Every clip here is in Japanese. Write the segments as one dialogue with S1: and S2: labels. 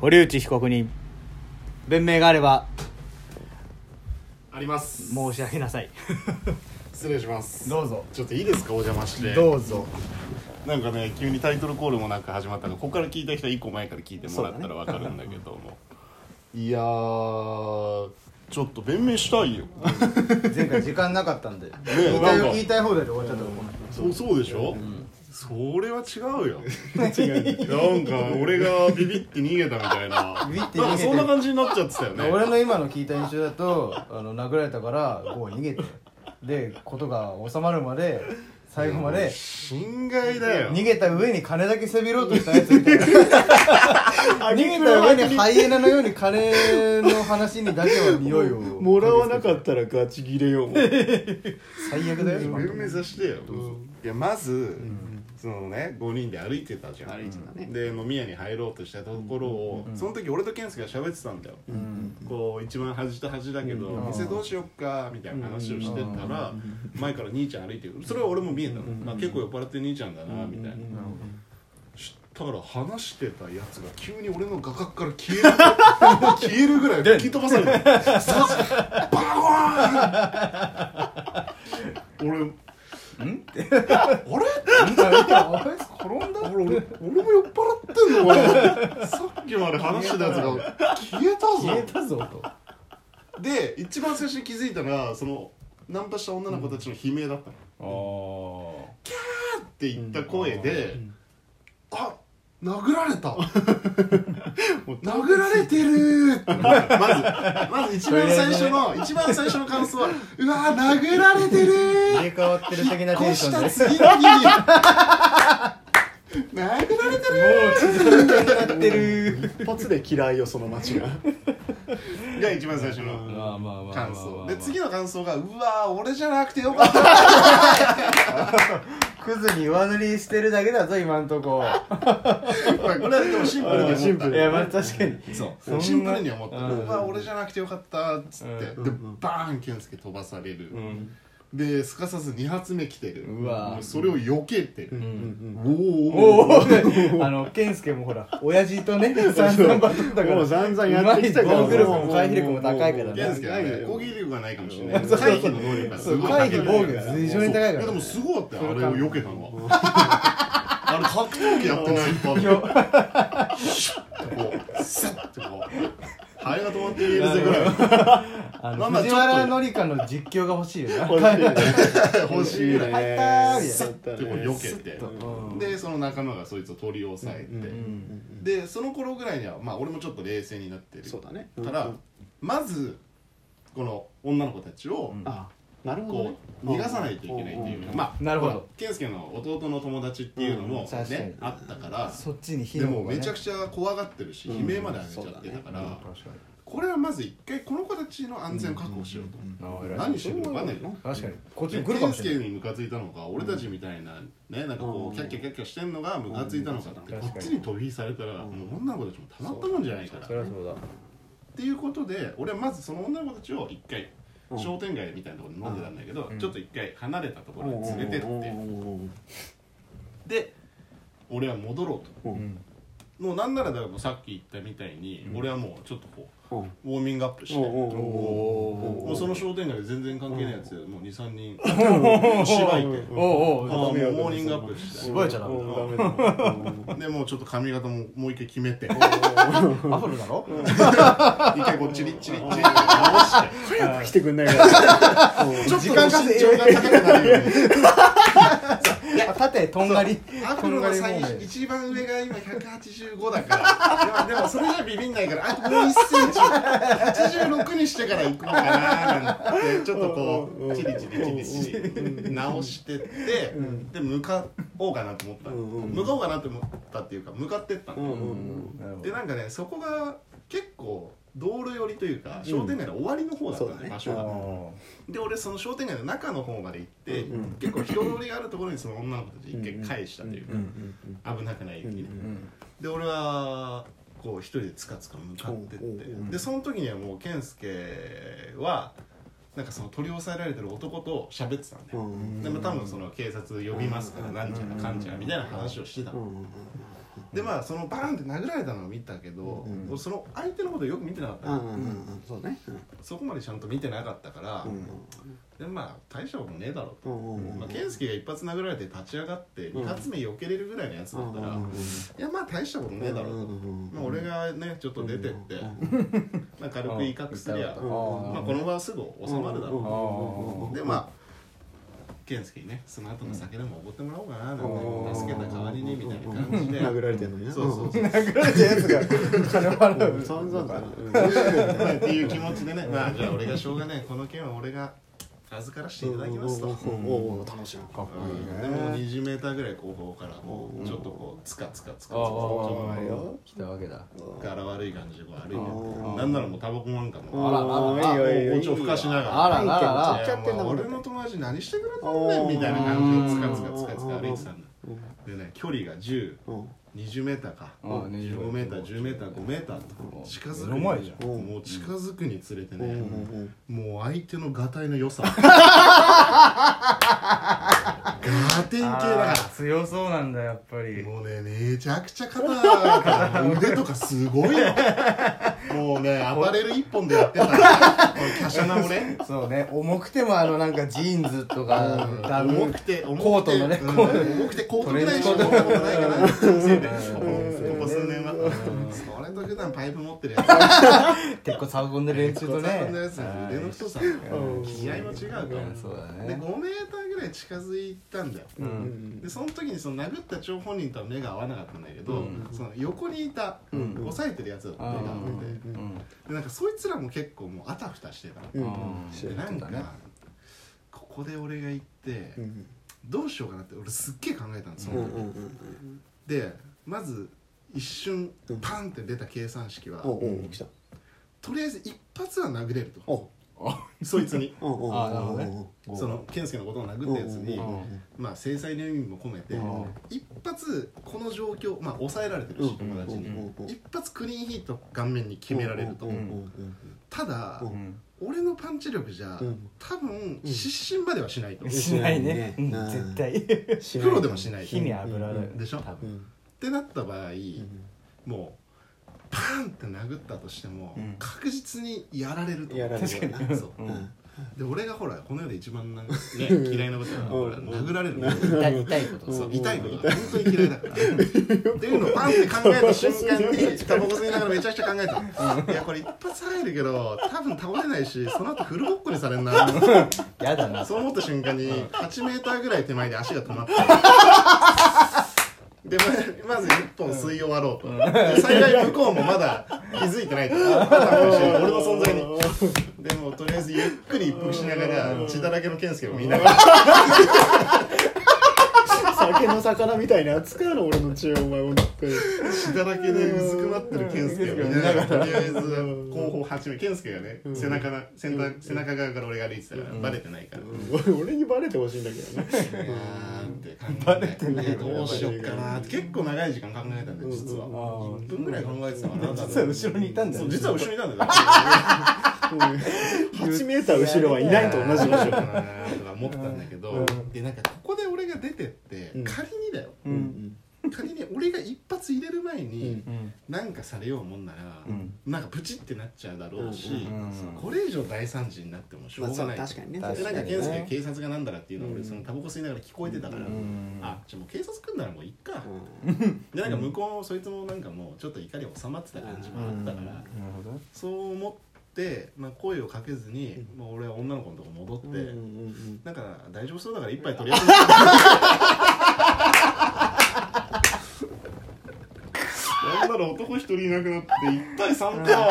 S1: 堀内被告に弁明があれば
S2: あります
S1: 申し上げなさい
S2: 失礼します
S3: どうぞ
S2: ちょっといいですかお邪魔して
S3: どうぞ
S2: なんかね急にタイトルコールもなんか始まったのここから聞いた人は1個前から聞いてもらったらわかるんだけども、いやーちょっと弁明したいよ
S3: 前回時間なかったんで
S2: え
S3: 言いた
S2: な
S3: い
S2: んか
S3: 言いたい放題で終わっちゃったと思う
S2: そうそうでしょ、それは違う よなんか俺がビビって逃げたみたいな
S3: ビビって逃げて
S2: なんかそんな感じになっちゃってたよね
S3: 俺の今の聞いた印象だとあの殴られたからゴー逃げてでことが収まるまで最後まで
S2: 侵害だよ
S3: 逃げた上に金だけせびろうとしたやつみたいな逃げた上にハイエナのように金の話にだけは匂いを
S1: もらわなかったらガチ切れよ
S3: 最悪だよ今の
S2: 目指してよ、いやまず、そのね5人で歩いてたじゃんで飲み屋に入ろうとしたところを、その時俺と健介が喋ってたんだよ、こう一番端と端だけど、
S3: ん
S2: 店どうしよっかみたいな話をしてたら、前から兄ちゃん歩いてくるそれは俺も見えたの、まあ、結構酔っ払ってる兄ちゃんだなみたいな、だから話してたやつが急に俺の画角から消える 消えるぐらい吹き飛ば されてバコーン俺あれ
S3: 転んだ
S2: 俺俺俺も酔っ払ってんのかなさっきまで話してたやつが消えたぞ
S3: 消えたぞと
S2: で一番最初に気づいたのがそのナンパした女の子たちの悲鳴だったの、キャーって言った声で、あ殴られた 殴られてるーってまずまず一番最初の一番最初の感想はうわー殴られてるー
S3: 入れ替わってる的なテ
S2: こう
S3: ンシ
S2: し
S3: ョン
S2: た
S3: で
S2: 次の日 に殴られてる
S3: やってる
S1: 一発で嫌いよその街が
S2: ーが一番最初の、
S3: まあまあま
S2: 感想で次の感想が「うわー俺じゃなくてよかった」
S3: クズに上塗りしてるだけだぞ今ん とこ
S2: これはでもシンプルに思った
S1: シンプル
S3: いやまあ確かに
S2: そうシンプルに思った「う
S3: うん
S2: わー俺じゃなくてよかった」っつって、
S1: うん
S2: でバーン健介飛ばされる、ですかさず2発目来てる
S3: うわー
S2: もそれを避けてる、
S1: ん
S2: おーおー
S3: おおあの健介もほら親父とね散々バトったから
S1: もう散々やってきたから
S3: うまい防御力も回避力も高いからね
S1: おー
S2: 健介は
S1: ない
S2: ね
S1: よ
S2: 攻撃力がないかもしれない
S3: そうそう
S2: 回避の能力がすごい
S3: そう回避防御が非常に高いから
S2: そうやでもすごかったよあれを避けたのはあれ格闘技やってないとシュッてこうスッてこうハエが止まって言えるぜぐらい
S3: あ
S2: まあ
S3: の
S2: まあ
S3: 藤原紀香の実況が欲しいよ な
S1: 欲しいね
S2: 欲しいね
S3: あー
S2: さってこう避けて
S3: うん
S2: でその仲間がそいつを取り押さえて、でその頃ぐらいにはまあ俺もちょっと冷静になってる
S1: そうだね
S2: から、まずこの女の子たちを、
S3: うん
S1: あなるほど
S2: こ
S1: ね
S2: う逃がさないといけないっていうか、まあ
S3: なるほど
S2: まあ健介の弟の友達っていうのも
S3: うん確かに
S2: ね、あったから
S3: そっちに火
S2: で
S3: の
S2: も
S3: 方が
S2: め
S3: ね
S2: ちゃくちゃ怖がってるし、悲鳴まで上げちゃってたから、これはまず一回この子たちの安全を確保しようと、
S3: あ偉い
S2: 何してるか分かんないよ
S3: 確かにこっち
S2: で
S3: に来るかもし
S2: 健介
S3: れない
S2: にムカついたのか俺たちみたいなねなんかこうキャッキャキャッキャしてんのがムカついたのかって
S3: うん
S2: こっちに飛び火されたらもう女の子たちもたまったもんじゃないから
S3: そりゃそうだ
S2: っていうことで俺はまずその女の子たちを一回商店街みたいなところに飲んでたんだけどちょっと一回離れたところに連れてってで俺は戻ろうと
S3: うん
S2: もうなんならだからもうさっき言ったみたいに俺はもうちょっとこ
S1: うん
S2: うウォーミングアップして
S1: おうおうお
S2: もうその商店街で全然関係ないやつもう23人 しばいて
S3: おお
S2: あー
S3: おう
S2: もうモーニングアップして
S3: ばいちゃダメだ
S2: でもうちょっと髪型ももう一回決めて
S3: アフロだろ
S2: 一回こうチリッチリッチリッって直して
S1: 早く来てくんないから
S2: ちょっ
S3: 時間稼い
S2: と身長が高くなるように
S3: あ縦とんがり
S2: ア
S3: と
S2: フ
S3: ん
S2: ロ
S3: が
S2: の
S3: りも
S2: 最
S3: うね
S2: 一番上が 今185だからいやでもそれじゃビビんないからあともう1センチ86にしてから行こうかななんてちょっとこうチリチリチリチリ直してってで向かおうかなと思ったの
S1: うんうん
S2: 向かおうかなと思ったっていうか向かってったの
S1: うんうん
S3: なるほ
S2: でなんかねそこが結構道路寄りというか商店街の終わりの方だった
S1: そう
S2: ね、
S1: だね
S2: 場所が
S3: ど
S2: で俺その商店街の中の方まで行って、
S1: うんうん
S2: 結構人通りがあるところにその女の子たち一回返したというか、
S1: うんうん
S2: 危なくない駅に、
S1: うん
S3: うん
S2: で俺はこう一人でつかつか向かってって、
S1: うんうんうん
S2: でその時にはもう健介はなんかその取り押さえられてる男と喋ってたんだ
S1: う
S2: よ、
S1: ん
S2: でも多分その警察呼びますからなんちゃらかんちゃらみたいな話をしてたの、
S1: うん
S2: でまあそのバーンって殴られたのを見たけど、
S1: うん
S2: 俺その相手のことよく見てなかった
S1: う
S2: の、
S1: んうんうんそうね
S2: そこまでちゃんと見てなかったから、
S1: うん
S2: でまあ大したことねえだろうと、
S1: うんうんうん
S2: まあ、健介が一発殴られて立ち上がって
S1: うん
S2: 2発目避けれるぐらいのやつだったら、
S1: うんうんうん
S2: いやまあ大したことねえだろうと、
S1: うんうんうん
S2: まあ、俺がねちょっと出てって、 まあ、軽く威嚇すりゃ、
S3: あ
S1: ん
S2: まあ、この場はすぐ収まるだろう、
S3: ろ
S2: でまあ健介にねその後の酒でもおごってもらおうかななんて、助けた代わりにみたいな感じで、
S1: 殴られてんのにな
S2: そうそうそう
S3: 殴られたやつが金払う
S1: 散々だな
S2: まあっていう気持ちでね、まあ、じゃあ俺がしょうがないこの件は俺が預からしていただきますと。
S1: おおお楽しいな
S3: かっこいい
S2: で
S3: ね
S2: も20メーターぐらい後方からこうちょっとこうつかつかつかつかつかちょっ
S3: 来たわけだ
S2: と柄悪い感じでこう歩いてて
S1: あー
S2: なんならもうタバコなんかも
S3: あらあらあら
S2: もう
S1: いいよいいよ
S2: おちょふかしながら
S3: あらあらあ
S2: い
S1: ち
S2: や
S1: っちゃってんだ
S2: まあ
S1: もん
S2: 俺の友達何してくれたんねんみたいな感じでつかつかつかつか歩いてたんだでね距離が1020メーターか
S3: あー20
S2: 15メーター10メーター5メーターと近づく
S3: 目の前じ
S1: ゃん
S2: もう近づくにつれてねもう相手のガタイの良さガテン系だから
S4: 強そうなんだやっぱり
S2: もうね、めちゃくちゃ肩から腕とかすごいよ。もうね、アパレル一本でやってた。この華奢なもね。
S3: そうね重くてもあのなんかジーンズとかダブ
S2: 重くて、重くて。
S3: コートのね
S2: うん
S3: コ
S2: 重くてコートぐらいしか
S3: トレ
S2: 持
S3: ンチコート
S2: ったことないかな。せいで
S3: うん
S2: ここ数年は。それと普段パイプ持ってるやつ。ち
S3: 結構騒ごんでる連中とね
S2: のやつ腕の太さ。気合も違うから。で、
S3: うんそうだ
S2: 5メー
S3: ね
S2: ターぐらい近づいたんだよ。でその時にその殴った張本人とは目が合わなかったんだけど、その横にいた、押さえてるやつだった目が合ってて、でなんかそいつらも結構もうあたふたしてたの、でなんか、ここで俺が行って、どうしようかなって俺すっげえ考えたんですよ、でまず一瞬パンって出た計算式は、とりあえず一発は殴れると、そいつ に。その健介のことを殴ったやつに、
S1: うん
S3: うんうん
S2: まあ制裁の意味も込めて、
S3: うん
S2: 一発この状況まあ抑えられてるし
S1: うん
S2: 友達に、
S1: うん
S2: 一発クリーンヒット顔面に決められると、ただ、
S1: うん
S4: うん
S2: 俺のパンチ力じゃ、
S1: うん
S2: 多分失神まではしないと、
S4: しないねうん
S1: うん
S4: 絶対
S2: プロでもしない
S4: 火に油だよ
S2: でしょ
S4: 多分
S2: ってなった場合、もうパーンって殴ったとしても、
S4: うん
S2: 確実にやられると
S1: やられる確かに
S2: そう
S4: うん
S2: で俺がほらこの世で一番なんか、ね、嫌いなことはほら殴られるの
S3: 痛い痛いこと
S2: そう
S3: そ
S2: 痛いことが本当に嫌いだからっていうのをパンって考えた瞬間にタバコ吸いながらめちゃくちゃ考えたいやこれ一発入るけど多分倒れないしその後フルボッコにされんな
S3: うやだな
S2: そう思った瞬間に8メーターぐらい手前で足が止まって でままず1本吸い終わろうと、で最大向こうもまだ気づいてないと俺の存在にでもとりあえずゆっくり一服しながら血だらけの健介を見なが ら
S1: 酒の魚みたいに扱うの俺の血をお前本当に
S2: 血だらけでうずくまってる健介を見ながらとりあえず後方8名健介がね背中な先端背中側から俺が歩いてたからバレてないから、
S1: 俺にバレてほしいんだけどね
S2: あーって考えていやどうしよっかなって結構長い時間考えたんだよ実は1分ぐらい考えてたから
S3: 実は後ろにいたんだ
S2: そ
S3: よ
S2: う
S3: ね
S2: 実は後ろにいたんだよ
S1: 8メーター後ろはいないと同じ
S2: ど
S1: 場
S2: うしよう
S1: 所
S2: かなとか思ってたんだけどでなんかここで俺が出てって
S1: うん
S2: 仮にだよ
S1: うん
S2: 仮に俺が一発入れる前
S1: う
S2: に
S1: ん
S4: うん
S2: なんかされようもんなら
S4: ん
S2: なんかプチってなっちゃうだろうし
S4: うん
S2: これ以上大惨事になってもしょうがない
S1: 確かにね
S2: でなんか
S3: 確かに
S2: 健
S3: ね
S2: 介警察がなんだらっていうのを
S1: う
S2: 俺
S1: ん
S2: そのタバコ吸いながら聞こえてたから、
S4: ん
S2: あじゃあもう警察来んならもういっか、でなんか向こうもそいつもなんかもうちょっと怒り収まってた感じもあったから、
S4: なるほどね
S2: そう思って、まあ、声をかけずに、まあ、俺は女の子のとこ戻って、なんか大丈夫そうだから一杯取りあえずなんなら男一人いなくなって1対3か金足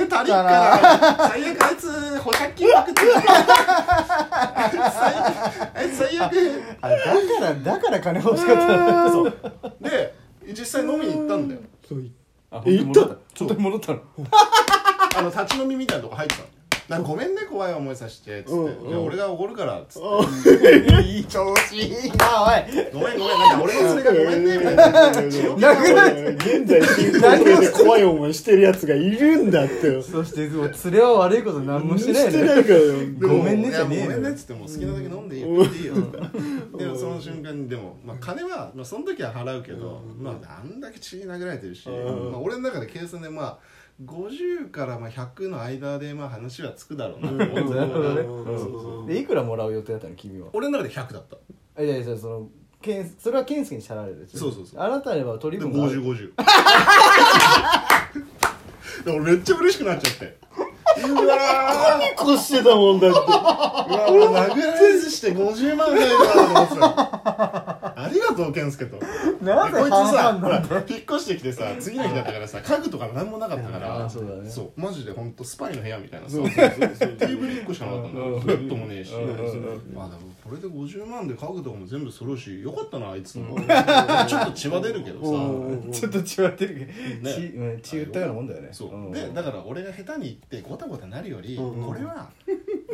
S2: りっかな最悪あいつ保釈金なくてあいつ最悪
S3: あだからだから金欲しかったのそう
S2: で実際飲みに行ったんだよ
S1: そう言っ
S4: あ
S1: え
S4: 本当に戻った本当に戻ったの
S2: あの立ち飲みみたいなとこ入ってたのなんかごめんね怖い思いさせて」つって「
S1: うん
S2: いや俺がおごるから」つって
S3: いい調子いいなおい
S2: 「ごめんごめんなんか俺のそれがごめんね」みたいな
S1: 現在進行形で怖い思いしてるやつがいるんだって
S3: そしてもう連れは悪いこと何もしてない
S1: して
S3: ね
S1: ないからよ
S2: でも
S3: ごめんね
S2: い
S3: じ
S2: や
S3: ゃ
S2: もう
S3: ねえ
S2: ご
S3: よ
S2: めんねっつってもう好きなだけ飲んでいいよいい よでもその瞬間にでも、まあ、金は、まあ、その時は払うけど、まあ、あんだけ血殴られてるし、
S1: うん
S2: まあ、俺の中で計算でまあ50からまあ100の間でまあ話はつくだろうなと思ってたから
S3: なるほどね
S1: うんそうそうそう
S3: でいくらもらう予定だったの君は
S2: 俺の中で100だった
S3: あいやいやそのけんそれは健介に支払われる
S2: そうそうそう
S3: あなたには取
S2: で
S3: り分がある
S2: 5050 で俺めっちゃ嬉しくなっちゃってうわー
S1: 結構してたもんだって
S2: うわ俺殴られずして50万円だと思ってたありがとう健介と
S3: なぜ
S2: こいつさ
S3: 半々
S2: ほ
S3: な
S2: ら
S3: んだ
S2: 引っ越してきてさ次の日だったからさ家具とか何もなかったから
S3: あそうだね
S2: そうマジで本当スパイの部屋みたいなさ
S1: そうそうそうそう
S2: テーブル1個しかなかったんだ
S3: うん
S2: ベッドもねえし
S4: うん
S2: まあでもこれで50万で家具とかも全部揃うしよかったなあいつもちょっと血は出るけどさ
S3: ちょっと血は出るけど
S2: ね
S3: 血うん血売ったようなもんだよね
S2: そう
S3: うん
S2: でだから俺が下手に言ってごたごたなるより
S1: うん
S2: これは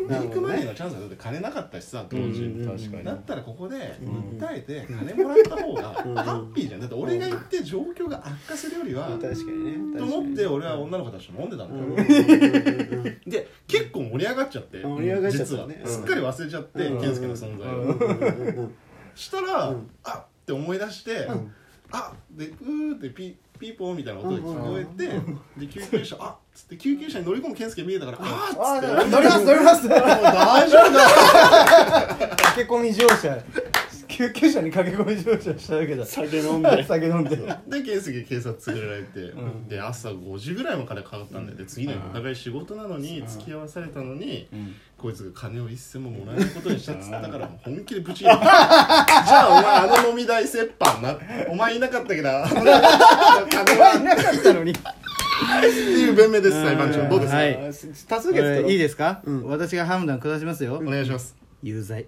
S2: メイク前のチャンスだよだって金なかったしさ当時
S1: うん
S4: 確かに
S2: だったらここで訴えて金もらった方がハッピーじゃんだって俺が行って状況が悪化するよりは
S1: 確かにね
S2: と思って俺は女の子たちと飲んでたんだよ、で結構盛り上がっちゃって
S1: 盛り上がっちゃった
S2: 実は、
S1: ね
S2: すっかり忘れちゃって、
S1: うん
S2: 健介の存在を、したら、あっって思い出して、あっでうーってピピーポーみたいな音が聞こえて、で救急車あっつって救急車に乗り込む健介見えたから、あっつって
S3: 乗ります乗ります
S2: もう大丈夫だ
S3: 駆け込み乗車救急車に駆け込み乗車したわけだ
S1: 酒飲んで
S3: 酒飲んで
S2: で健介警察連れられて、で朝5時ぐらいまで金かかったんだよで次の日お互い仕事なのに付き合わされたのに、こいつが金を一銭ももらえることにしたっつったからもう本気でぶち切れたじゃあお前あの飲み代折半なお前いなかったけどあの金
S3: はい
S2: は
S3: なかったのに
S2: っていう弁明です裁判長どうですか、
S4: はい
S1: あ多数決だろ
S4: いいですか私が判断下しますよ
S2: お願いします
S4: 有罪